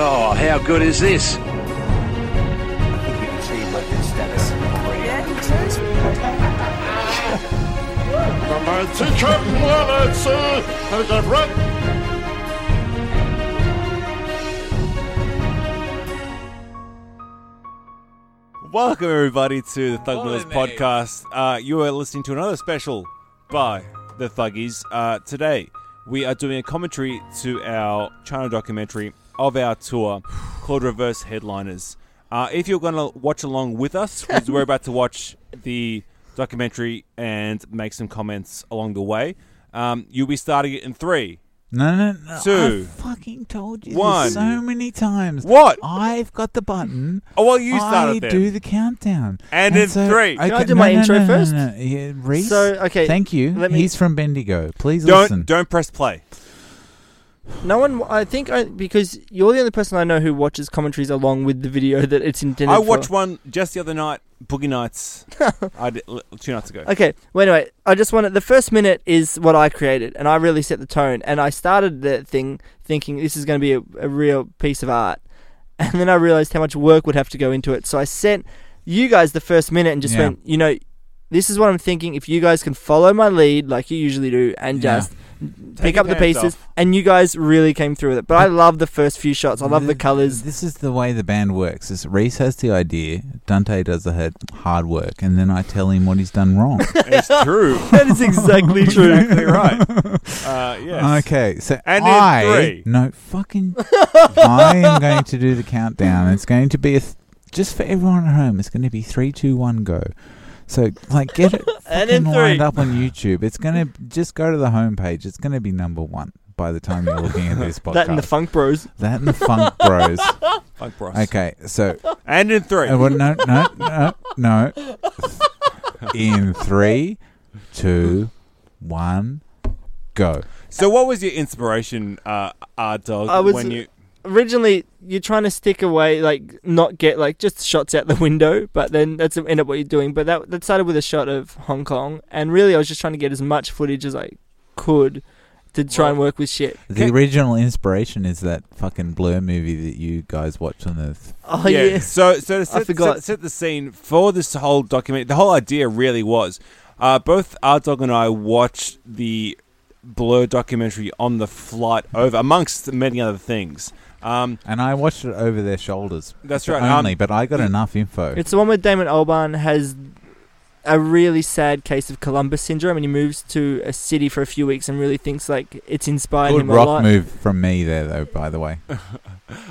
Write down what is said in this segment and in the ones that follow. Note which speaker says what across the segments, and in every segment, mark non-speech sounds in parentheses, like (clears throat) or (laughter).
Speaker 1: Oh, how good is this?
Speaker 2: I think we can see Lincoln status already.
Speaker 3: Welcome everybody to the Thug
Speaker 4: What
Speaker 3: Millers
Speaker 4: a name.
Speaker 3: podcast. Uh, you are listening to another special by the Thuggies. Uh, today we are doing a commentary to our China documentary of our tour called Reverse Headliners. Uh, if you're going to watch along with
Speaker 4: (laughs)
Speaker 3: us, 'cause we're about to watch the documentary and make some comments along the way, um, you'll be starting it in three.
Speaker 4: No, no, no.
Speaker 3: Two.
Speaker 4: I fucking told you
Speaker 3: One.
Speaker 4: this so many times.
Speaker 3: What?
Speaker 4: I've got the button.
Speaker 3: Oh, well, you
Speaker 4: I
Speaker 3: started then.
Speaker 4: do the countdown.
Speaker 3: And in three. Can
Speaker 5: I do my intro
Speaker 4: no, no,
Speaker 5: first?
Speaker 4: No, no. Yeah, Reese,
Speaker 5: So, okay,
Speaker 4: Thank you.
Speaker 5: let me-
Speaker 4: He's from Bendigo. Please listen.
Speaker 3: Don't don't press play.
Speaker 5: No one, I think, I, because you're the only person I know who watches commentaries along with the video (laughs) that it's intended.
Speaker 3: I
Speaker 5: for.
Speaker 3: watched one just the other night, Boogie
Speaker 4: (laughs)
Speaker 3: Nights. I did, l- two nights ago.
Speaker 5: Okay. Well, anyway, I just wanted the first minute is what I created, and I really set the tone. And I started the thing thinking this is going to be a, a real piece of art, (laughs) and then I realized how much work would have to go into it. So I sent you guys the first minute and just
Speaker 4: Yeah.
Speaker 5: went, you know, this is what I'm thinking. If you guys can follow my lead like you usually do, and
Speaker 4: Yeah.
Speaker 5: just
Speaker 3: Take
Speaker 5: pick
Speaker 3: your
Speaker 5: up the
Speaker 3: pants
Speaker 5: pieces, and you guys really came through with it. But I love the first few shots. I love
Speaker 4: (laughs)
Speaker 5: the
Speaker 4: Th-
Speaker 5: colors.
Speaker 4: This is the way the band works. Is Reese has the idea, Dante does the head hard work, and then I tell him what he's done wrong.
Speaker 3: It's true.
Speaker 5: that is
Speaker 4: (laughs)
Speaker 5: exactly true.
Speaker 3: exactly right. Uh, yes.
Speaker 4: Okay, so
Speaker 3: And in
Speaker 4: I
Speaker 3: three.
Speaker 4: no fucking. I am going to do the countdown. It's going to be a th- just for everyone at home. It's going to be three, two, one, go. So like get it
Speaker 5: (laughs) And in
Speaker 4: fucking lined
Speaker 5: three.
Speaker 4: up on YouTube. It's going to just go to the homepage. It's going to be number one by the time you're looking at this podcast.
Speaker 5: (laughs) That and the Funk Bros.
Speaker 4: That and
Speaker 5: (laughs)
Speaker 4: the Funk Bros.
Speaker 3: Like Bros.
Speaker 4: Okay, so
Speaker 3: And in three.
Speaker 4: uh, well, no, no, no,
Speaker 5: (laughs)
Speaker 4: no. In three, two, one, go.
Speaker 3: So, what was your inspiration, uh, R Dog,
Speaker 5: I was- (laughs)
Speaker 3: when you
Speaker 5: originally you're trying to stick away, like not get like just shots out the window, but then that's end up what you're doing. But that that started with a shot of Hong Kong, and really I was just trying to get as much footage as I could to try and work with shit.
Speaker 4: The original inspiration is that fucking Blur movie that you guys watch on the. Th-
Speaker 5: Oh yeah,
Speaker 3: So, so to set,
Speaker 5: forgot.
Speaker 3: set, set the scene for this whole document, the whole idea really was uh, both our dog and I watched the Blur documentary on the flight over, amongst many other things. Um,
Speaker 4: and I watched it over their shoulders.
Speaker 3: that's right. um,
Speaker 4: Only, but I got enough info.
Speaker 5: it's the one where Damon Albarn has a really sad case of Columbus syndrome, and he moves to a city for a few weeks and really thinks like it's inspired
Speaker 4: Good
Speaker 5: him a lot.
Speaker 4: rock move from me there, though. By the way,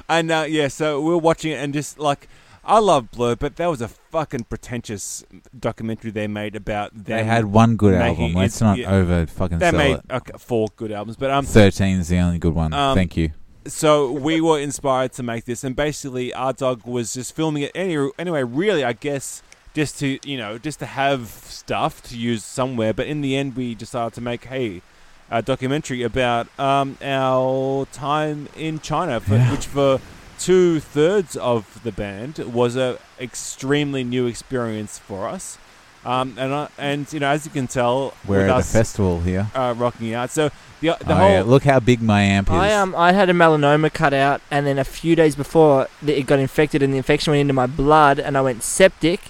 Speaker 3: And uh, yeah, so we were watching it and just like I love Blur, but that was a fucking pretentious documentary they made about them.
Speaker 4: they had one good
Speaker 3: Making-
Speaker 4: album. Let's
Speaker 3: it's-
Speaker 4: not
Speaker 3: yeah.
Speaker 4: over fucking
Speaker 3: they
Speaker 4: sell
Speaker 3: made
Speaker 4: it.
Speaker 3: okay, four good albums, but um,
Speaker 4: Thirteen is the only good one.
Speaker 3: Um,
Speaker 4: Thank you.
Speaker 3: so we were inspired to make this, and basically our dog was just filming it any anyway. Really, I guess just to you know just to have stuff to use somewhere. But in the end, we decided to make hey a documentary about um, our time in China, for,
Speaker 4: Yeah.
Speaker 3: which for two thirds of the band was a extremely new experience for us. Um, and I, and you know as you can tell,
Speaker 4: We're
Speaker 3: with
Speaker 4: at a
Speaker 3: us
Speaker 4: festival here.
Speaker 3: uh, rocking out. So the the
Speaker 4: oh,
Speaker 3: whole
Speaker 4: yeah. Look how big my amp is.
Speaker 5: I um I had a melanoma cut out, and then a few days before th- it got infected, and the infection went into my blood, and I went septic,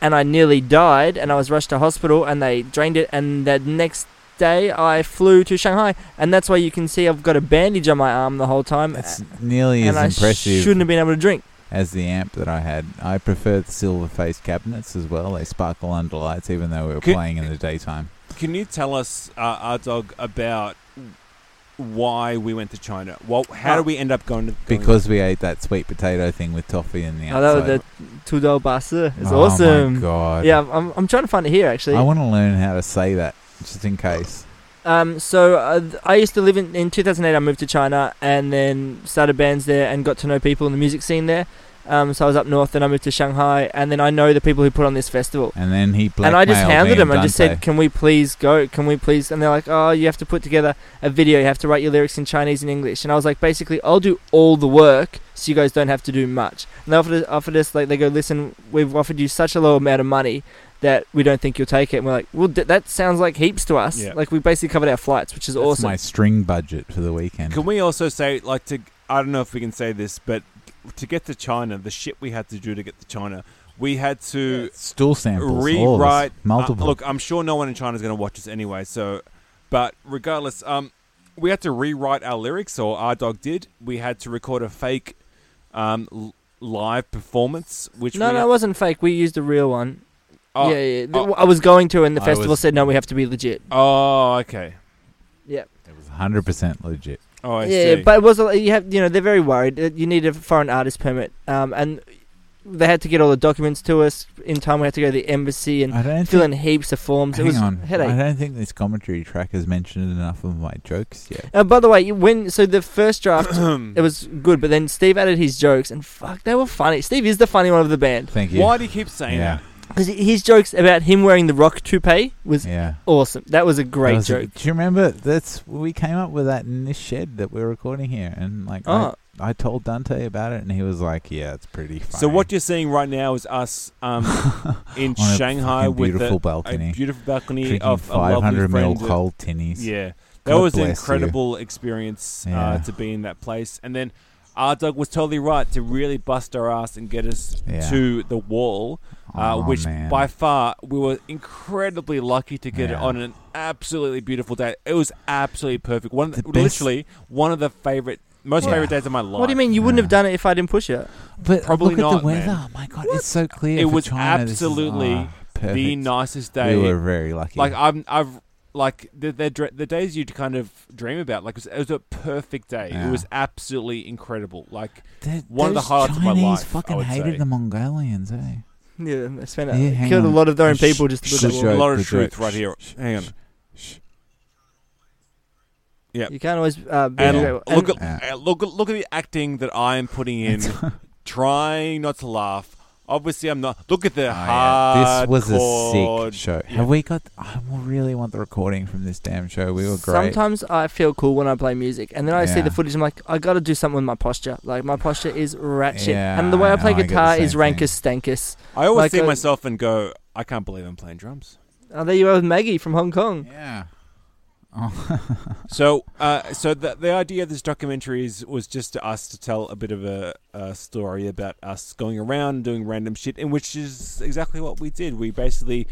Speaker 5: and I nearly died, and I was rushed to hospital, and they drained it, and the next day I flew to Shanghai, and that's why you can see I've got a bandage on my arm the whole time,
Speaker 4: That's
Speaker 5: a-
Speaker 4: nearly
Speaker 5: and
Speaker 4: as
Speaker 5: I
Speaker 4: impressive
Speaker 5: shouldn't have been able to drink.
Speaker 4: as the amp that I had. I prefer the silver face cabinets as well. They sparkle under lights, even though we were
Speaker 3: Could-
Speaker 4: playing in the daytime.
Speaker 3: Can you tell us, uh, our dog, about why we went to China? Well, how
Speaker 5: Oh.
Speaker 3: did we end up going to? Going
Speaker 4: Because we ate that sweet potato thing with toffee in the
Speaker 5: Oh, that was
Speaker 4: outside.
Speaker 5: the Tudor Basa. It's
Speaker 4: Oh
Speaker 5: awesome.
Speaker 4: my god!
Speaker 5: Yeah, I'm, I'm trying to find it here actually.
Speaker 4: I want to learn how to say that just in case.
Speaker 5: Um, so uh, th- I used to live in in 2008. I moved to China and then started bands there and got to know people in the music scene there. Um, so I was up north, then I moved to Shanghai, and then I know the people who put on this festival.
Speaker 4: And then he blackmailed
Speaker 5: and I just handed
Speaker 4: me
Speaker 5: them. I just
Speaker 4: Dante.
Speaker 5: said, "Can we please go? Can we please?" And they're like, "Oh, you have to put together a video. You have to write your lyrics in Chinese and English." And I was like, "Basically, I'll do all the work, so you guys don't have to do much." And they offered us, offered us like they go, "Listen, we've offered you such a low amount of money that we don't think you'll take it." And we're like, "Well, d- that sounds like heaps to us.
Speaker 3: Yeah.
Speaker 5: Like we basically covered our flights, which is
Speaker 4: That's
Speaker 5: awesome."
Speaker 4: my string budget for the weekend.
Speaker 3: Can we also say, like, to I don't know if we can say this, but to get to China, the shit we had to do to get to China, we had to
Speaker 4: Stool samples. all of us,
Speaker 3: rewrite uh,
Speaker 4: multiple.
Speaker 3: look, I'm sure no one in China is going to watch this anyway. So, but regardless, um, we had to rewrite our lyrics, or our dog did. We had to record a fake, um, l- live performance, which
Speaker 5: No,
Speaker 3: we
Speaker 5: no, it wasn't fake. We used a real one.
Speaker 3: oh,
Speaker 5: yeah, yeah. The- I
Speaker 3: oh.
Speaker 5: was going to, and the
Speaker 4: I
Speaker 5: festival
Speaker 4: was-
Speaker 5: said no. We have to be legit.
Speaker 3: oh, okay.
Speaker 4: It was 100% legit.
Speaker 3: Oh, I
Speaker 5: yeah,
Speaker 3: see. (clears throat)
Speaker 5: but it was a- you have you know they're very worried. Uh, You need a foreign artist permit, um, and they had to get all the documents to us in time. We had to go to the embassy and
Speaker 4: I don't
Speaker 5: fill
Speaker 4: think,
Speaker 5: in heaps of forms.
Speaker 4: hang
Speaker 5: it was
Speaker 4: on.
Speaker 5: a
Speaker 4: I
Speaker 5: headache.
Speaker 4: don't think this commentary track has mentioned enough of my jokes yet.
Speaker 5: Uh, by the way, you- when so the first draft
Speaker 4: (coughs)
Speaker 5: it was good, but then Steve added his jokes, and fuck, they were funny. Steve is the funny one of the band
Speaker 4: Thank you.
Speaker 3: Why do you keep saying
Speaker 4: Yeah.
Speaker 5: because his jokes about him wearing the rock toupee was
Speaker 4: Yeah.
Speaker 5: awesome. That was a
Speaker 4: That
Speaker 5: great
Speaker 4: was a-
Speaker 5: joke.
Speaker 4: do you remember that's we came up with that in this shed that we're recording here and like I-
Speaker 5: Oh,
Speaker 4: I, told Dante about it and he was like, Yeah, it's pretty
Speaker 3: that?
Speaker 4: funny.
Speaker 3: So what you're seeing right now is us
Speaker 4: (laughs)
Speaker 3: um, in
Speaker 4: On a
Speaker 3: Shanghai
Speaker 4: fucking
Speaker 3: with
Speaker 4: beautiful
Speaker 3: a,
Speaker 4: balcony.
Speaker 3: a beautiful balcony
Speaker 4: drinking
Speaker 3: of
Speaker 4: five
Speaker 3: a
Speaker 4: hundred
Speaker 3: lovely
Speaker 4: mil
Speaker 3: friend.
Speaker 4: cold tinnies.
Speaker 3: Yeah, that
Speaker 4: God
Speaker 3: was an
Speaker 4: bless you.
Speaker 3: incredible experience
Speaker 4: Yeah.
Speaker 3: uh, to be in that place. And then our dog was totally right to really bust our ass and get us
Speaker 4: Yeah.
Speaker 3: to the wall, uh,
Speaker 4: Aw,
Speaker 3: which
Speaker 4: Oh, man.
Speaker 3: by far we were incredibly lucky to get it
Speaker 4: Yeah.
Speaker 3: on an absolutely beautiful day. It was absolutely perfect. One, of the-
Speaker 4: The best-
Speaker 3: literally one of the favorite, most
Speaker 4: Yeah.
Speaker 3: favorite days of my life.
Speaker 5: what do you mean you wouldn't have
Speaker 4: Yeah.
Speaker 5: done it if I didn't push you?
Speaker 4: But
Speaker 3: Probably
Speaker 4: look at
Speaker 3: not,
Speaker 4: the weather. Oh,
Speaker 3: man.
Speaker 4: My God, it's so clear.
Speaker 3: It
Speaker 4: for
Speaker 3: was
Speaker 4: China. This is-
Speaker 3: absolutely
Speaker 4: ah, perfect.
Speaker 3: The nicest day
Speaker 4: We were very lucky.
Speaker 3: Like I'm, I've like the the, dre- the days you kind of dream about. Like it was, it was a perfect day. It
Speaker 4: Yeah.
Speaker 3: was absolutely incredible. Like
Speaker 4: Th-
Speaker 3: one of the
Speaker 4: those
Speaker 3: highlights of my
Speaker 4: Chinese
Speaker 3: life, I
Speaker 4: fucking
Speaker 3: would
Speaker 4: hated
Speaker 3: say.
Speaker 4: the Mongolians, eh?
Speaker 5: Yeah, they spent
Speaker 4: Yeah,
Speaker 5: a,
Speaker 4: hang
Speaker 5: killed a
Speaker 4: on.
Speaker 5: lot of their own
Speaker 4: Shh,
Speaker 5: people just to put
Speaker 4: shh,
Speaker 5: that
Speaker 4: shh,
Speaker 5: wall.
Speaker 3: a
Speaker 4: joke,
Speaker 3: lot of
Speaker 4: good
Speaker 3: truth
Speaker 4: joke.
Speaker 3: right here.
Speaker 4: Shh,
Speaker 3: Hang on.
Speaker 4: shh, shh.
Speaker 5: You can't always uh, be
Speaker 3: And
Speaker 5: and,
Speaker 3: look at
Speaker 4: Yeah.
Speaker 3: uh, look at- look at the acting that I am
Speaker 4: (laughs)
Speaker 3: putting in, trying not to laugh. Obviously, I'm not. Look at the
Speaker 4: Oh,
Speaker 3: hard.
Speaker 4: yeah. This was a sick show.
Speaker 3: yeah.
Speaker 4: Have we got? I really want the recording from this damn show. We were great.
Speaker 5: Sometimes I feel cool when I play music, and then I see
Speaker 4: Yeah.
Speaker 5: the footage. I'm like, I got to do something with my posture. Like my posture is ratchet,
Speaker 4: Yeah,
Speaker 5: and the way
Speaker 4: I
Speaker 5: I play
Speaker 4: know, I get the
Speaker 5: guitar is
Speaker 4: same
Speaker 5: rankus stankus.
Speaker 3: I always
Speaker 5: Like
Speaker 3: see
Speaker 5: a-
Speaker 3: myself and go, I can't believe I'm playing drums.
Speaker 5: Oh, there you are with Maggie from Hong Kong.
Speaker 4: Yeah. Oh.
Speaker 3: So, uh, so the the idea of this documentary is, was just to us to tell a bit of a, a story about us going around and doing random shit, and which is exactly what we did. We basically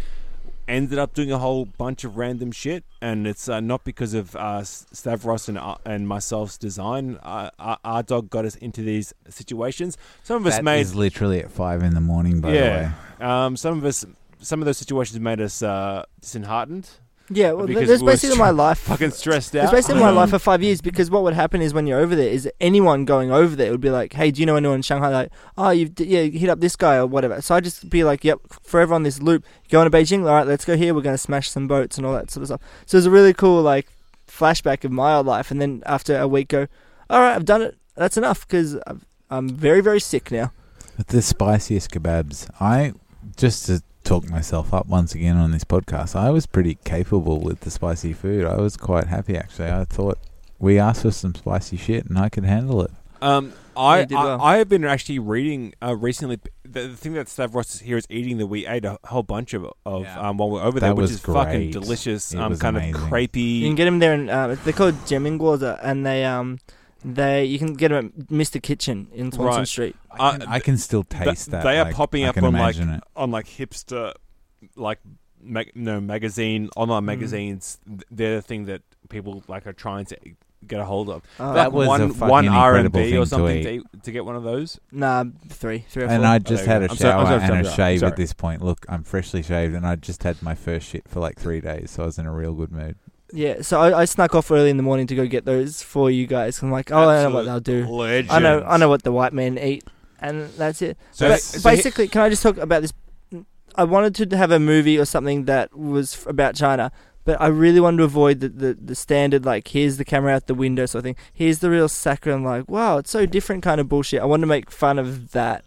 Speaker 3: ended up doing a whole bunch of random shit, and it's uh, not because of uh, S- Stavros and uh, and myself's design. Uh, our, our dog got us into these situations. Some of us
Speaker 4: That
Speaker 3: made
Speaker 4: is literally at five in the morning. By the
Speaker 3: Yeah.
Speaker 4: way.
Speaker 3: um, some of us some of those situations made us uh, disheartened,
Speaker 5: Yeah, well,
Speaker 3: Because
Speaker 5: th- that's
Speaker 3: we were
Speaker 5: basically my
Speaker 3: stra-
Speaker 5: life.
Speaker 3: fucking stressed out.
Speaker 5: It's basically my
Speaker 3: Um,
Speaker 5: life for five years because what would happen is when you're over there is anyone going over there would be like, hey, do you know anyone in Shanghai? Like, oh, you've d- yeah, hit up this guy or whatever. So I just be like, yep, forever on this loop. Going to Beijing, all right, let's go here. We're going to smash some boats and all that sort of stuff. So it's a really cool like flashback of my life. And then after a week, go, all right, I've done it. That's enough because I'm very very sick now.
Speaker 4: But the spiciest kebabs. I just to talk myself up once again on this podcast. I was pretty capable with the spicy food. I was quite happy actually. I thought we asked for some spicy shit and I could handle it.
Speaker 3: Um, I,
Speaker 5: you did
Speaker 3: I,
Speaker 5: well.
Speaker 3: I have been actually reading uh, recently. The, the thing that Stavros is here is eating that we ate a whole bunch of, of
Speaker 4: Yeah.
Speaker 3: um, while we are over
Speaker 4: That
Speaker 3: there, which
Speaker 4: was
Speaker 3: is fucking
Speaker 4: great.
Speaker 3: delicious.
Speaker 4: It
Speaker 3: um,
Speaker 4: was
Speaker 3: kind of
Speaker 4: amazing.
Speaker 5: You can
Speaker 3: crepey.
Speaker 5: get them there and uh, they're called Jemingwaza and they um they you can get them at Mr Kitchen in Swanson
Speaker 3: Right.
Speaker 5: Street.
Speaker 4: I
Speaker 3: Uh,
Speaker 4: can, I can still taste that.
Speaker 3: they are
Speaker 4: like,
Speaker 3: popping
Speaker 4: I
Speaker 3: up
Speaker 4: can
Speaker 3: on, like,
Speaker 4: imagine it.
Speaker 3: on like hipster, like mag- no magazine online
Speaker 5: Mm.
Speaker 3: magazines. th- They're the thing that people like are trying to get a hold of.
Speaker 5: Oh,
Speaker 3: like
Speaker 4: That was a
Speaker 3: one
Speaker 4: fucking
Speaker 3: one R and
Speaker 4: incredible
Speaker 3: B or
Speaker 4: thing to
Speaker 3: something
Speaker 4: eat.
Speaker 3: to, eat- to get one of those.
Speaker 5: Nah, three, three or four.
Speaker 4: And I just
Speaker 3: Okay,
Speaker 4: had a
Speaker 3: I'm
Speaker 4: shower
Speaker 3: sorry- I'm sorry,
Speaker 4: and a
Speaker 3: sorry,
Speaker 4: shave
Speaker 3: sorry.
Speaker 4: at this point. Look, I'm freshly shaved and I just had my first shit for like three days, so I was in a real good mood.
Speaker 5: yeah, so I, I snuck off early in the morning to go get those for you guys. 'cause I'm like, oh, I know what
Speaker 3: Absolute
Speaker 5: they'll do.
Speaker 3: Legends.
Speaker 5: I know, I know what the white men eat, and that's it.
Speaker 3: So,
Speaker 5: but
Speaker 3: so he-
Speaker 5: basically, can I just talk about this? I wanted to have a movie or something that was f- about China, but I really wanted to avoid the, the, the standard like here's the camera out the window sort of thing. Here's the real saccharine like wow, it's so different kind of bullshit. I wanted to make fun of that,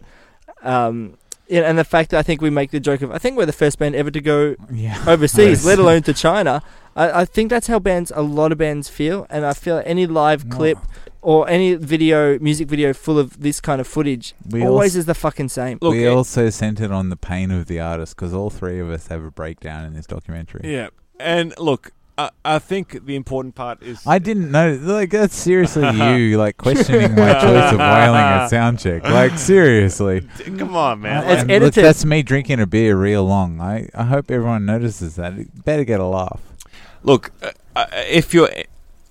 Speaker 5: um, yeah, and the fact that I think we make the joke of I think we're the first band ever to go
Speaker 4: Yeah.
Speaker 5: overseas,
Speaker 4: Nice.
Speaker 5: let alone to China. I, I think that's how bands, a lot of bands feel, and I feel any live clip or any video, music video full of this kind of footage
Speaker 4: We
Speaker 5: always
Speaker 4: also,
Speaker 5: is the fucking same.
Speaker 3: look,
Speaker 4: we
Speaker 3: it-
Speaker 4: also centered on the pain of the artist because all three of us have a breakdown in this documentary.
Speaker 3: Yeah, and look, I, I think the important part is
Speaker 4: I didn't know. Like that's
Speaker 5: (laughs)
Speaker 4: seriously you, like questioning my choice of wailing at soundcheck. Like seriously,
Speaker 3: D- (laughs) Come on, man.
Speaker 5: It's
Speaker 3: Like,
Speaker 4: And look,
Speaker 5: edited.
Speaker 4: that's me drinking a beer real long. I, I hope everyone notices that. It better get a laugh.
Speaker 3: look, uh, uh, if you're a-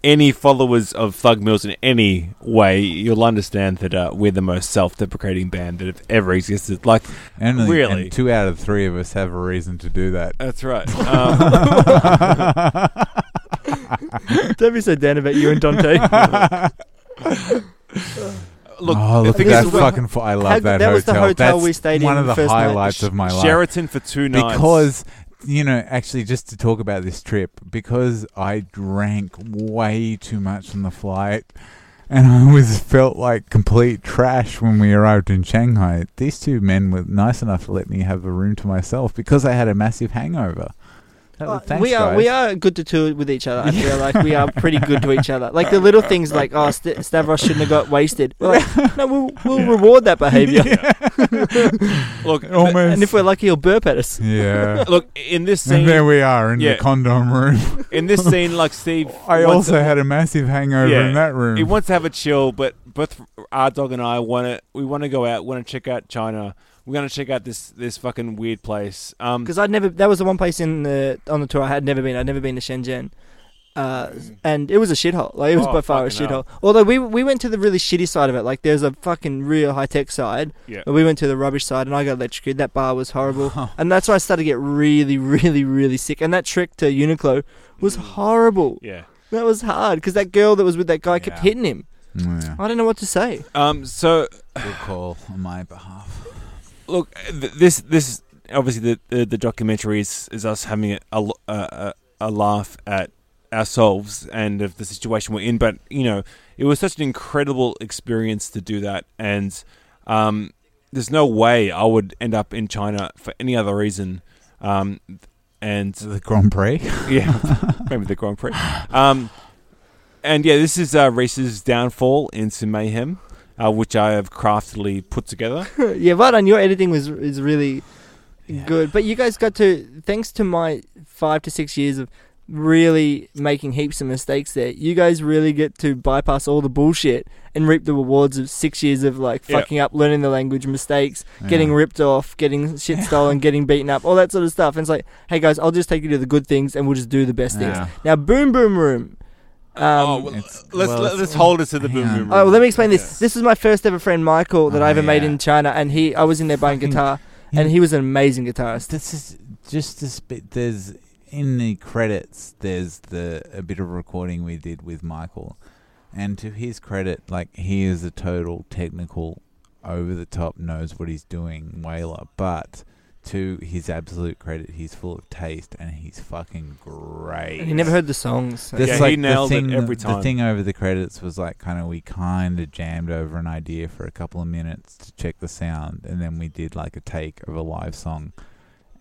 Speaker 3: any followers of Thug Mills in any way, you'll understand that uh, we're the most self-deprecating band that have ever existed. Like
Speaker 4: And and
Speaker 3: Really?
Speaker 4: two out of three of us have a reason to
Speaker 5: (laughs)
Speaker 4: do that. (laughs)
Speaker 3: that's (laughs) right. Um,
Speaker 5: (laughs) Don't be so down about you and (laughs) Dante.
Speaker 3: look,
Speaker 4: oh, look at
Speaker 5: this
Speaker 4: that
Speaker 5: is where-
Speaker 4: fucking! Fo- I love
Speaker 5: How-
Speaker 4: that,
Speaker 5: that
Speaker 4: hotel.
Speaker 5: was the hotel
Speaker 4: That's
Speaker 5: we stayed
Speaker 4: one
Speaker 5: in
Speaker 4: of the
Speaker 5: first night.
Speaker 4: highlights of my life.
Speaker 3: Sheraton for two nights
Speaker 4: because you know actually just to talk about this trip because i drank way too much on the flight and i was felt like complete trash when we arrived in shanghai these two men were nice enough to let me have a room to myself because i had a massive hangover That was- thanks,
Speaker 5: we are
Speaker 4: guys.
Speaker 5: we are good to two with each other. I feel like we are pretty good to each other. (laughs) Like the little things, like oh, St- Stavros shouldn't have got wasted. (laughs) We're like, no, we'll, we'll reward that (laughs) behaviour,
Speaker 3: look
Speaker 4: (laughs)
Speaker 5: (laughs)
Speaker 4: almost
Speaker 5: and if we're lucky, he'll burp at us.
Speaker 4: yeah
Speaker 3: look in
Speaker 4: (laughs)
Speaker 3: this
Speaker 4: and
Speaker 3: scene
Speaker 4: there we are in
Speaker 3: Yeah.
Speaker 4: the condom
Speaker 5: (laughs)
Speaker 4: room
Speaker 3: in this scene like Steve
Speaker 4: (laughs) i
Speaker 3: wants-
Speaker 4: also had a massive hangover
Speaker 3: Yeah.
Speaker 4: in that room
Speaker 3: he wants to have a chill, but both our dog and I want to. We want to go out. Want to check out China. We're gonna check out this this fucking weird place. Um,
Speaker 5: Because I'd never. That was the one place in the on the tour I had never been. I'd never been to Shenzhen. Uh, and it was a shithole. Like it was
Speaker 3: Mm. Oh,
Speaker 5: by far a
Speaker 3: fucking hell.
Speaker 5: shithole. Although we we went to the really shitty side of it. Like there's a fucking real high tech side,
Speaker 3: yeah.
Speaker 5: but we went to the rubbish side, and I got electrocuted. That bar was
Speaker 3: (laughs)
Speaker 5: horrible, and that's why I started to get really, really, really sick. And that trick to Uniqlo
Speaker 3: Mm.
Speaker 5: was horrible.
Speaker 3: Yeah.
Speaker 5: That was hard because that girl that was with that guy kept
Speaker 4: Yeah.
Speaker 5: hitting him.
Speaker 4: yeah.
Speaker 5: I don't know what to say.
Speaker 3: Um. So
Speaker 4: good call on my behalf
Speaker 3: look, th- this this obviously the the, the documentary is, is us having a, a, l- a- a- a laugh at ourselves and of the situation we're in. But you know, it was such an incredible experience to do that, and um, there's no way I would end up in China for any other reason. Um, and (laughs)
Speaker 4: the grand prix
Speaker 3: yeah, maybe the Grand Prix. Um, and yeah, this is uh, Reese's downfall into mayhem, uh, which I have craftily put together.
Speaker 5: (laughs) yeah, well done. Your editing was is really
Speaker 4: Yeah.
Speaker 5: good. But you guys got to thanks to my five to six years of really making heaps of mistakes there, you guys really get to bypass all the bullshit and reap the rewards of six years of like
Speaker 3: Yeah.
Speaker 5: fucking up, learning the language, mistakes, getting
Speaker 4: Yeah.
Speaker 5: ripped off, getting
Speaker 4: (laughs)
Speaker 5: shit stolen, getting beaten up, all that sort of stuff. And it's like, hey guys, I'll just take you to the good things and we'll just do the best
Speaker 4: Yeah.
Speaker 5: things. Now boom boom room. Um,
Speaker 3: oh, well,
Speaker 4: It's-
Speaker 3: let's
Speaker 4: well,
Speaker 3: let,
Speaker 4: it's-
Speaker 3: let's hold it to the
Speaker 4: hang
Speaker 3: boom
Speaker 4: on.
Speaker 3: boom.
Speaker 5: Oh, well, let me
Speaker 3: room.
Speaker 5: explain this. This was my first ever friend Michael that I
Speaker 4: Oh,
Speaker 5: ever made
Speaker 4: yeah.
Speaker 5: in China, and he I was in there buying
Speaker 4: Fucking-
Speaker 5: guitar,
Speaker 4: yeah.
Speaker 5: and he was an amazing guitarist.
Speaker 4: This is just this bit. There's in the credits. There's the a bit of recording we did with Michael, and to his credit, like he is a total technical, over the top, knows what he's doing whaler. But to his absolute credit, he's full of taste and he's fucking great.
Speaker 5: And he never heard the songs. so-
Speaker 4: This
Speaker 3: Yeah,
Speaker 4: is
Speaker 3: he
Speaker 4: like
Speaker 3: nailed
Speaker 4: the
Speaker 3: it
Speaker 4: thing,
Speaker 3: every
Speaker 4: The
Speaker 3: time.
Speaker 4: thing over the credits was like kind of we kind of jammed over an idea for a couple of minutes to check the sound, and then we did like a take of a live song,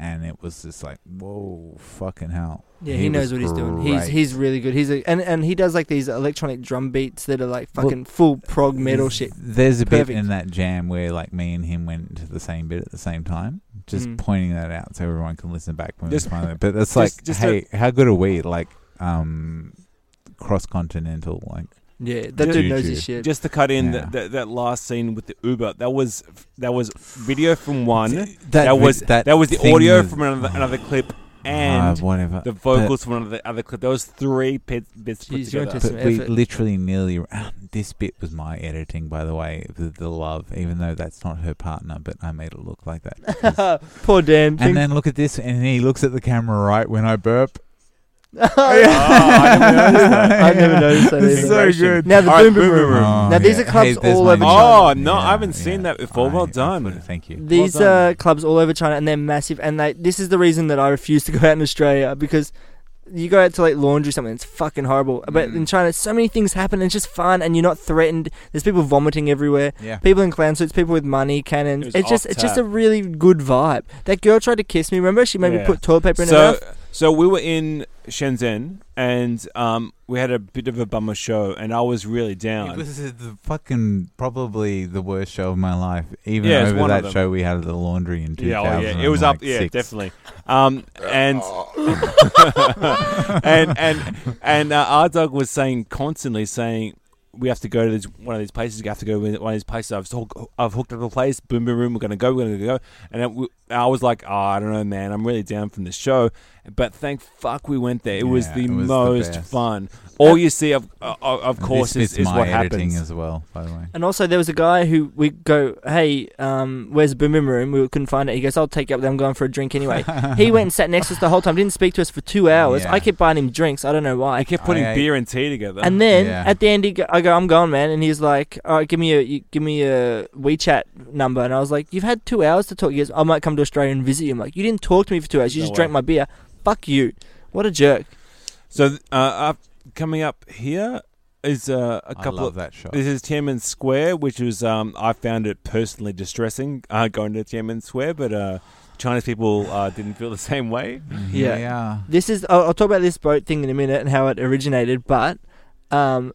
Speaker 4: and it was just like whoa, fucking hell.
Speaker 5: yeah, he,
Speaker 4: He
Speaker 5: knows what
Speaker 4: was
Speaker 5: he's doing. He's
Speaker 4: great.
Speaker 5: he's really good. He's a, and and he does like these electronic drum beats that are like
Speaker 4: Well,
Speaker 5: fucking full prog metal shit.
Speaker 4: There's a
Speaker 5: Perfect.
Speaker 4: bit in that jam where like me and him went to the same bit at the same time. Just
Speaker 5: Mm.
Speaker 4: pointing that out so everyone can listen back when
Speaker 3: Just-
Speaker 4: we find it. But
Speaker 3: (laughs)
Speaker 4: that's
Speaker 3: just-
Speaker 4: like,
Speaker 3: just a-
Speaker 4: hey, how good are we? Like, um, cross continental, like
Speaker 5: Yeah, that dude
Speaker 4: Juju.
Speaker 5: knows his shit.
Speaker 3: Just to cut in
Speaker 4: Yeah.
Speaker 3: that, that that last scene with the Uber, that was that was video from one. That,
Speaker 4: that, vid-
Speaker 3: was that, was the
Speaker 4: thing
Speaker 3: audio
Speaker 4: was-
Speaker 3: from another
Speaker 4: oh.
Speaker 3: another clip
Speaker 4: Ah,
Speaker 3: and
Speaker 4: whatever.
Speaker 3: the vocals from another other clip. That was three bits, bits put
Speaker 5: Jeez, you're
Speaker 3: together.
Speaker 5: into-
Speaker 4: But
Speaker 5: some
Speaker 4: we
Speaker 5: effort.
Speaker 4: literally nearly. (laughs) This bit was my editing, by the way, the, the love, even though that's not her partner, but I made it look like that. 'Cause-
Speaker 5: (laughs) Poor Dan. (laughs)
Speaker 4: and then look at this, and he looks at the camera right when I burp.
Speaker 3: Ah, I never noticed that.
Speaker 5: Oh, (laughs) I never noticed that
Speaker 4: It's
Speaker 5: either.
Speaker 4: so
Speaker 3: Integration.
Speaker 4: good.
Speaker 5: Now the
Speaker 3: All right,
Speaker 5: boom boom room. Now, these are clubs
Speaker 4: Oh, there's
Speaker 5: all
Speaker 4: my
Speaker 5: over
Speaker 4: name.
Speaker 3: China. Oh, no, I haven't seen that before. Well done.
Speaker 4: put it- Thank you.
Speaker 5: These
Speaker 3: Well done.
Speaker 5: are clubs all over China, and they're massive. And they, this is the reason that I refuse to go out in Australia because you go out to like laundry or something, it's fucking horrible. But in China, so many things happen. And it's just fun, and you're not threatened. There's people vomiting everywhere.
Speaker 4: Yeah.
Speaker 5: People in clown suits, people with money, cannons.
Speaker 3: It was
Speaker 5: it's just,
Speaker 3: off
Speaker 5: it's just a
Speaker 3: tap.
Speaker 5: really good vibe. That girl tried to kiss me. Remember, she made me
Speaker 3: Yeah.
Speaker 5: put toilet paper in her
Speaker 3: So
Speaker 5: mouth.
Speaker 3: So we were in Shenzhen, and um, we had a bit of a bummer show, and I was really
Speaker 4: It
Speaker 3: down.
Speaker 4: was uh, the fucking probably the worst show of my life. Even
Speaker 3: Yeah, it's
Speaker 4: over
Speaker 3: one of
Speaker 4: that
Speaker 3: them.
Speaker 4: show we had at the laundry in 2000.
Speaker 3: yeah, oh, yeah, it was up. Yeah, definitely. Um, and (laughs) and and and uh, our dog was saying constantly saying. We have to go to this, one of these places. We have to go to one of these places. I've, hook- I've hooked up a place. Boom, boom, boom. We're gonna go. We're gonna go. And then we, I was like, oh, I don't know, man. I'm really down from the show. But thank fuck we went there. It was
Speaker 4: Yeah,
Speaker 3: the
Speaker 4: it was the
Speaker 3: most
Speaker 4: best.
Speaker 3: fun. All you see, of of, of course, is, is
Speaker 4: my
Speaker 3: what
Speaker 4: editing
Speaker 3: happens.
Speaker 4: as well. By the way,
Speaker 5: And also, there was a guy who we go, hey, um, where's the boom boom room? We couldn't find it. He goes, I'll take you up there. I'm going for a drink
Speaker 3: (laughs)
Speaker 5: anyway.
Speaker 4: (laughs)
Speaker 5: he went and sat next to us the whole time. Didn't speak to us for two hours.
Speaker 4: Yeah.
Speaker 5: I kept buying him drinks. I don't know why.
Speaker 3: I kept putting
Speaker 4: I- I-
Speaker 3: beer and tea together.
Speaker 5: And then
Speaker 4: Yeah.
Speaker 5: at the end, he go, I go, I'm gone, man. And he's like, all right, give me a you- give me a WeChat number. And I was like, you've had two hours to talk. He goes, I might come to Australia and visit you. I'm like, you didn't talk to me for two hours. You
Speaker 3: No
Speaker 5: just
Speaker 3: way.
Speaker 5: drank my beer. Fuck you. What a jerk.
Speaker 3: So uh, up, coming up here is uh, a
Speaker 4: I
Speaker 3: couple
Speaker 4: love
Speaker 3: of.
Speaker 4: that show.
Speaker 3: This is Tiananmen Square, which was um, I found it personally distressing uh, going to Tiananmen Square, but uh, Chinese people uh, didn't feel the same way.
Speaker 5: Yeah.
Speaker 4: Mm-hmm. yeah.
Speaker 5: This is I'll, I'll talk about this boat thing in a minute and how it originated, but um,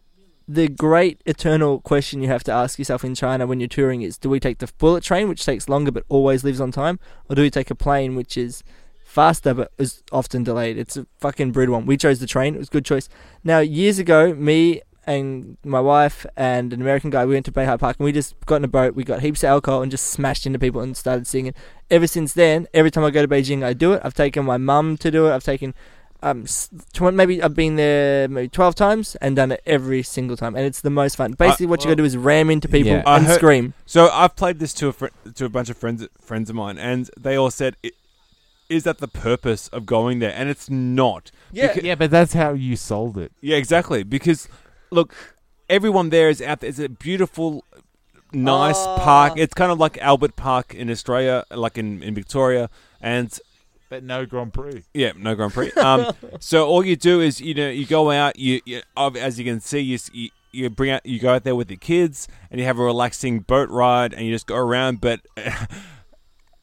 Speaker 5: the great eternal question you have to ask yourself in China when you're touring is: Do we take the bullet train, which takes longer but always leaves on time, or do we take a plane, which is faster but is often delayed? It's a fucking brutal one. We chose the train; it was a good choice. Now, years ago, me and my wife and an American guy, we went to Beihai Park and we just got in a boat. We got heaps of alcohol and just smashed into people and started singing. Ever since then, every time I go to Beijing, I do it. I've taken my mum to do it. I've taken um, s- tw- maybe I've been there maybe twelve times and done it every single time, and it's the most fun. Basically, what you got to do is ram into people
Speaker 4: Yeah.
Speaker 3: I
Speaker 5: and
Speaker 3: heard-
Speaker 5: scream.
Speaker 3: So I've played this to a fr- to a bunch of friends friends of mine, and they all said, "I- "Is that the purpose of going there?" And it's not. Becau-
Speaker 4: yeah, but that's how you sold it.
Speaker 3: yeah, exactly. Because look, everyone there is out there. It's a beautiful. Nice park. It's kind of like Albert Park in Australia, like in, in Victoria, and
Speaker 4: But no Grand Prix.
Speaker 3: Yeah, no Grand Prix. Um, so all you do is you know you go out. You, you ob- as you can see, you, s- you you bring out you go out there with the kids and you have a relaxing boat ride and you just go around. But (laughs)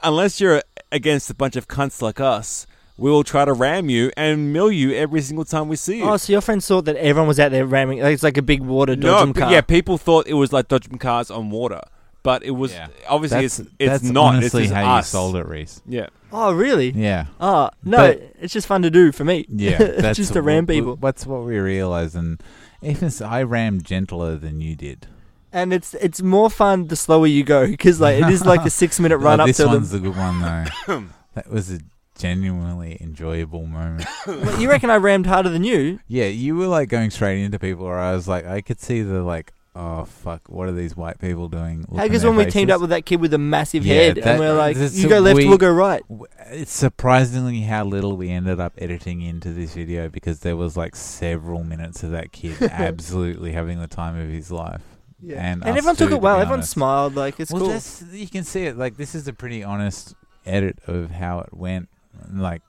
Speaker 3: unless you're against a bunch of cunts like us, we will try to ram you and mill you every single time we see you.
Speaker 5: Oh, so your friends thought that everyone was out there ramming? Like, it's like a big water dodgem
Speaker 3: p-
Speaker 5: car.
Speaker 3: yeah, people thought it was like dodging cars on water, but it was
Speaker 4: Yeah.
Speaker 3: obviously
Speaker 4: That's,
Speaker 3: it's it's
Speaker 4: that's
Speaker 3: not. It's
Speaker 4: honestly
Speaker 3: just
Speaker 4: how
Speaker 3: us.
Speaker 4: you sold it, Reese.
Speaker 3: Yeah.
Speaker 5: Oh, really?
Speaker 4: Yeah.
Speaker 5: Oh no,
Speaker 4: But-
Speaker 5: it's just fun to do for me.
Speaker 4: Yeah, that's
Speaker 5: (laughs) just to ram
Speaker 4: what-
Speaker 5: people,
Speaker 4: That's what we realised, and even s- I rammed gentler than you did.
Speaker 5: and it's it's more fun the slower you go because like it is like a
Speaker 4: (laughs)
Speaker 5: six minute run
Speaker 4: Oh,
Speaker 5: up
Speaker 4: this
Speaker 5: to
Speaker 4: one's
Speaker 5: them.
Speaker 4: a good one though.
Speaker 5: (coughs)
Speaker 4: that was a genuinely enjoyable moment.
Speaker 5: Well, you reckon I rammed harder than you?
Speaker 4: Yeah, you were like going straight into people, or I was like, I could see the like, oh fuck, what are these white people doing? Look in
Speaker 5: Because
Speaker 4: their
Speaker 5: when we teamed
Speaker 4: faces.
Speaker 5: up with that kid with the massive
Speaker 4: Yeah,
Speaker 5: head,
Speaker 4: that-
Speaker 5: and we're like,
Speaker 4: this-
Speaker 5: you go left,
Speaker 4: we-
Speaker 5: we'll go right.
Speaker 4: W- It's surprisingly how little we ended up editing into this video because there was like several minutes of
Speaker 3: (laughs)
Speaker 4: that kid absolutely having the time of his life. Yeah. And, us
Speaker 5: And everyone took
Speaker 4: too,
Speaker 5: it
Speaker 4: to
Speaker 5: well.
Speaker 4: be
Speaker 5: Everyone
Speaker 4: honest.
Speaker 5: smiled. Like it's
Speaker 4: well,
Speaker 5: cool. (laughs)
Speaker 4: that's you can see it. Like this is a pretty honest edit of how it went. Like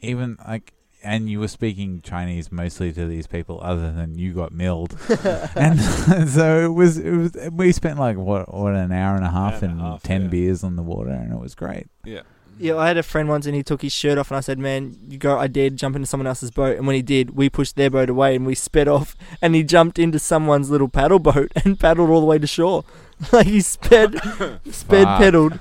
Speaker 4: even like, and you were speaking Chinese mostly to these people, other than you
Speaker 3: (laughs)
Speaker 4: got milled, and (laughs) so it was. It was. We spent like what, what an hour and a half
Speaker 3: Hour and
Speaker 4: and,
Speaker 3: a half,
Speaker 4: ten
Speaker 3: yeah.
Speaker 4: beers on the water, and it was great.
Speaker 5: Yeah, I had a friend once, and he took his shirt off, and I said, "Man, you go." I dared jump into someone else's boat, and when he did, we pushed their boat away, and we sped off, (laughs) and he jumped into someone's little paddle boat (laughs) and paddled all the way to shore, (laughs) like he
Speaker 4: (laughs)
Speaker 5: sped, sped
Speaker 4: Fuck. (laughs)
Speaker 5: pedaled.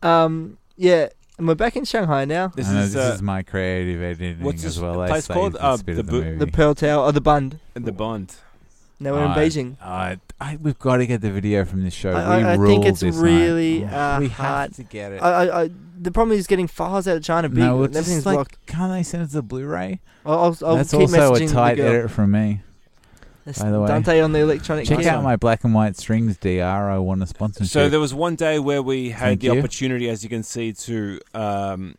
Speaker 5: Um, yeah, and we're back in Shanghai now.
Speaker 3: This
Speaker 4: I know
Speaker 3: is,
Speaker 4: this
Speaker 3: uh,
Speaker 4: is my creative editing
Speaker 3: what's
Speaker 4: as
Speaker 3: this
Speaker 4: well. I
Speaker 3: place
Speaker 4: saved
Speaker 3: called?
Speaker 4: this
Speaker 3: Uh,
Speaker 4: bit
Speaker 3: the
Speaker 4: of the
Speaker 3: Bo-
Speaker 4: movie.
Speaker 5: The Pearl Tower or the Bund.
Speaker 3: the Bond.
Speaker 5: Now we're in
Speaker 4: I-
Speaker 5: Beijing.
Speaker 4: I, Uh, I, we've got to get the video from this show.
Speaker 5: I-
Speaker 4: we
Speaker 5: I- I think
Speaker 4: rule
Speaker 5: it's
Speaker 4: this night. Oh,
Speaker 5: really, uh,
Speaker 4: we
Speaker 5: hard.
Speaker 4: have to get it.
Speaker 5: I, I, I, the problem is getting files out of China. Big,
Speaker 4: No, it's just
Speaker 5: everything's
Speaker 4: like-
Speaker 5: blocked.
Speaker 4: Can't they send us the Blu-ray?
Speaker 5: I'll, I'll, I'll
Speaker 4: That's
Speaker 5: keep
Speaker 4: also
Speaker 5: messaging
Speaker 4: a tight
Speaker 5: the girl.
Speaker 4: edit from me.
Speaker 5: That's
Speaker 4: by the way.
Speaker 5: Dante on the electronic.
Speaker 4: Check
Speaker 5: keyboard.
Speaker 4: out my black and white strings DR. I want a sponsorship.
Speaker 3: So there was one day where we had
Speaker 4: Thank
Speaker 3: the
Speaker 4: you.
Speaker 3: opportunity, as you can see, to um,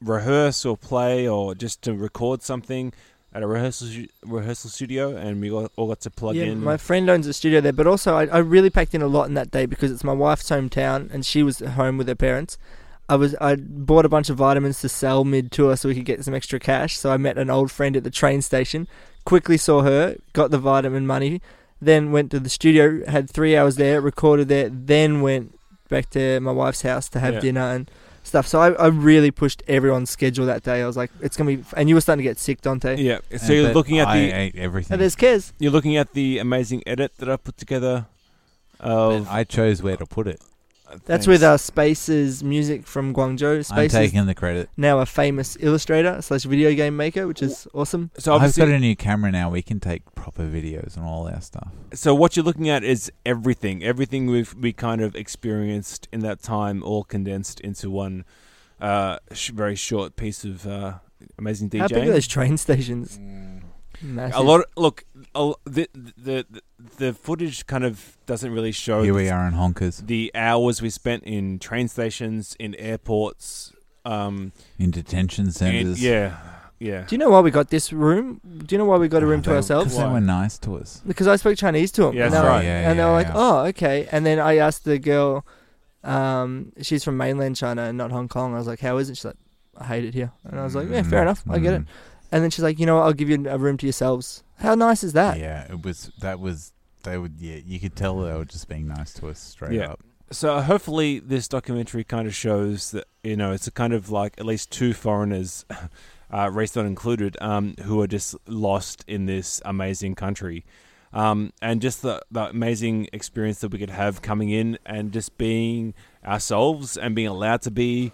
Speaker 3: rehearse or play or just to record something at a rehearsal stu- rehearsal studio, and we got, all got to plug
Speaker 5: yeah,
Speaker 3: in.
Speaker 5: my friend owns a studio there, but also I, I really packed in a lot in that day because it's my wife's hometown and she was home with her parents. I was I bought a bunch of vitamins to sell mid tour so we could get some extra cash. So I met an old friend at the train station, quickly saw her, got the vitamin money, then went to the studio, had three hours there, recorded there, then went back to my wife's house to have
Speaker 3: Yeah.
Speaker 5: dinner and stuff. So I, I really pushed everyone's schedule that day. I was like, it's gonna be, and you were starting to get sick, Dante.
Speaker 3: Yeah. So
Speaker 4: And-
Speaker 3: you're
Speaker 4: Uh, but
Speaker 3: looking at
Speaker 4: I
Speaker 3: the
Speaker 4: ate everything.
Speaker 5: And there's Kez.
Speaker 3: you're looking at the amazing edit that I put together. Of
Speaker 4: I chose where to put it.
Speaker 5: That's
Speaker 3: Thanks.
Speaker 5: with uh, Spaces music from Guangzhou.
Speaker 4: I'm
Speaker 5: Spaces
Speaker 4: taking the credit.
Speaker 5: now a famous illustrator slash video game maker, which is awesome.
Speaker 3: So
Speaker 4: I've
Speaker 3: obviously,
Speaker 4: got a new camera now. We can take proper videos and all our stuff.
Speaker 3: so what you're looking at is everything, everything we've we kind of experienced in that time, all condensed into one uh, sh- very short piece of uh, amazing DJing.
Speaker 5: How big are those train stations? Massive.
Speaker 3: Mm. a lot. Of, look, a, l- the, the the the footage kind of doesn't really show
Speaker 4: Here we
Speaker 3: the-
Speaker 4: are in honkers
Speaker 3: the hours we spent in train stations, in airports, um,
Speaker 4: in detention
Speaker 3: and,
Speaker 4: centers.
Speaker 3: yeah, yeah.
Speaker 5: Do you know why we got this room? Do you know why we got a room to ourselves?
Speaker 4: because they
Speaker 3: Why?
Speaker 4: were nice to us.
Speaker 5: Because I spoke Chinese to him.
Speaker 3: Yeah,
Speaker 5: and
Speaker 3: that's
Speaker 5: they were-
Speaker 3: right.
Speaker 4: Yeah,
Speaker 5: and they were
Speaker 4: yeah,
Speaker 5: like,
Speaker 4: yeah.
Speaker 5: "Oh, okay." And then I asked the girl, um, she's from mainland China and not Hong Kong. I was like, "How is it?" She's like, "I hate it here." And I was like, "Yeah, fair enough.
Speaker 3: Mm-hmm.
Speaker 4: Mm,
Speaker 5: I get it."
Speaker 4: mm.
Speaker 5: And then she's like, "You know, what? I'll give you a room to yourselves." How nice is that?
Speaker 4: Yeah, it was. That was. They would. Yeah, you could tell they were just being nice to us straight
Speaker 3: Yeah.
Speaker 4: up.
Speaker 3: So uh, hopefully this documentary kind of shows that you know it's a kind of like at least two foreigners, (laughs) uh, race not included, um, who are just lost in this amazing country, um, and just the, the amazing experience that we could have coming in and just being ourselves and being allowed to be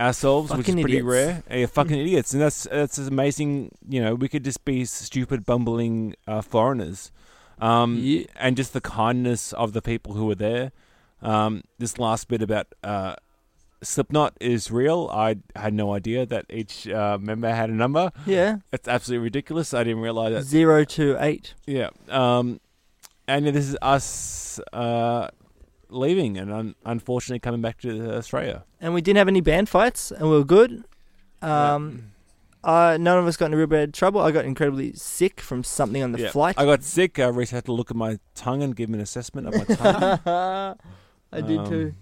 Speaker 3: ourselves, which is
Speaker 5: Fucking
Speaker 3: pretty
Speaker 5: idiots.
Speaker 3: rare.
Speaker 5: (laughs)
Speaker 3: Yeah, fucking idiots, and that's that's amazing. You know, we could just be stupid, bumbling uh, foreigners. Um,
Speaker 5: Yeah.
Speaker 3: and just the kindness of the people who were there. Um, this last bit about uh, Slipknot is real. I had no idea that each uh, member had a number.
Speaker 5: Yeah.
Speaker 3: It's absolutely ridiculous. I didn't realize that.
Speaker 5: Zero to eight.
Speaker 3: Yeah. Um, and this is us uh, leaving and un- unfortunately coming back to Australia.
Speaker 5: And we didn't have any band fights, and we were good. Um, uh, none of us got into real bad trouble. I got incredibly sick from something on the
Speaker 3: Yeah.
Speaker 5: flight.
Speaker 3: I got sick. I recently had to look at my tongue and give an assessment of my tongue.
Speaker 5: (laughs) I did
Speaker 3: Um,
Speaker 5: too.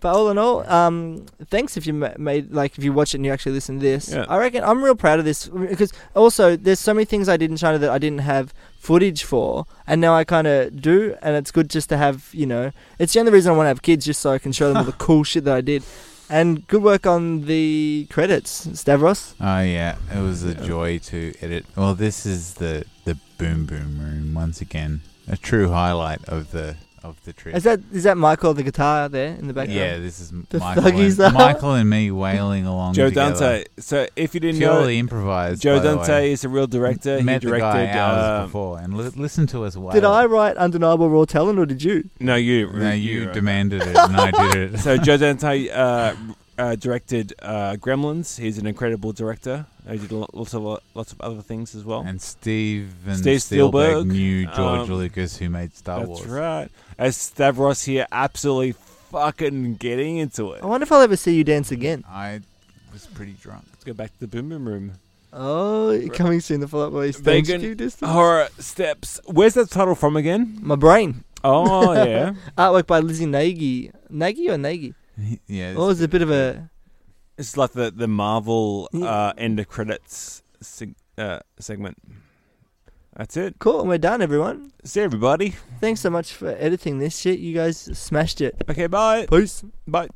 Speaker 5: But all in all, um, thanks if you ma- made like if you watch it and you actually listen to this.
Speaker 3: Yeah.
Speaker 5: I reckon I'm real proud of this because also there's so many things I did in China that I didn't have footage for, and now I kind of do, and it's good just to have you know. It's the only reason I want to have kids, just so I can show
Speaker 3: (laughs)
Speaker 5: them all the cool shit that I did. And good work on the credits, Stavros.
Speaker 4: Oh yeah, it was a joy to edit. Well, this is the the boom boom room once again. A true highlight of the of the trip.
Speaker 5: Is that is that Michael on the guitar there in the background?
Speaker 4: yeah, this is
Speaker 5: The
Speaker 4: Michael
Speaker 5: thuggies are-
Speaker 4: and, Michael and me wailing along.
Speaker 3: Joe
Speaker 4: together.
Speaker 3: Dante. So if you didn't know,
Speaker 4: purely improvised.
Speaker 3: Joe
Speaker 4: by the way.
Speaker 3: Dante is a real director.
Speaker 4: Met
Speaker 3: he
Speaker 4: the guy
Speaker 3: directed.
Speaker 4: hours
Speaker 3: uh,
Speaker 4: before and li- listen to us. Wail.
Speaker 5: Did I write undeniable raw talent or did you?
Speaker 3: no, you.
Speaker 4: No, you
Speaker 3: wrote that.
Speaker 4: demanded it, and I
Speaker 3: (laughs)
Speaker 4: did it.
Speaker 3: so Joe Dante uh, uh, directed uh, Gremlins. He's an incredible director. He did lo- lots of lots of other things as well.
Speaker 4: And Steve and
Speaker 3: Steve
Speaker 4: Spielberg,
Speaker 3: Oh. Spielberg,
Speaker 4: knew George
Speaker 3: um,
Speaker 4: Lucas, who made Star
Speaker 3: That's
Speaker 4: Wars.
Speaker 3: right. As Stavros here, absolutely fucking getting into it.
Speaker 5: I wonder if I'll ever see you dance again.
Speaker 4: I was pretty drunk.
Speaker 3: Let's go back to the Boom Boom Room.
Speaker 5: Oh, coming soon. The Fall Out Boy stage
Speaker 3: Vegan Oh.
Speaker 5: two distance.
Speaker 3: Horror Steps. Where's that title from again?
Speaker 5: My brain
Speaker 3: (laughs) Oh yeah,
Speaker 5: artwork by Lizzie Nagy. Nagy or Nagy?
Speaker 4: yeah.
Speaker 5: Oh, it's a bit of a
Speaker 3: it's like the the Marvel
Speaker 5: Yeah.
Speaker 3: uh, end of credits sig- uh, segment. That's it.
Speaker 5: cool. And we're done, everyone.
Speaker 3: See everybody.
Speaker 5: Thanks so much for editing this shit. You guys smashed it.
Speaker 3: Okay, bye.
Speaker 5: Peace.
Speaker 3: Bye.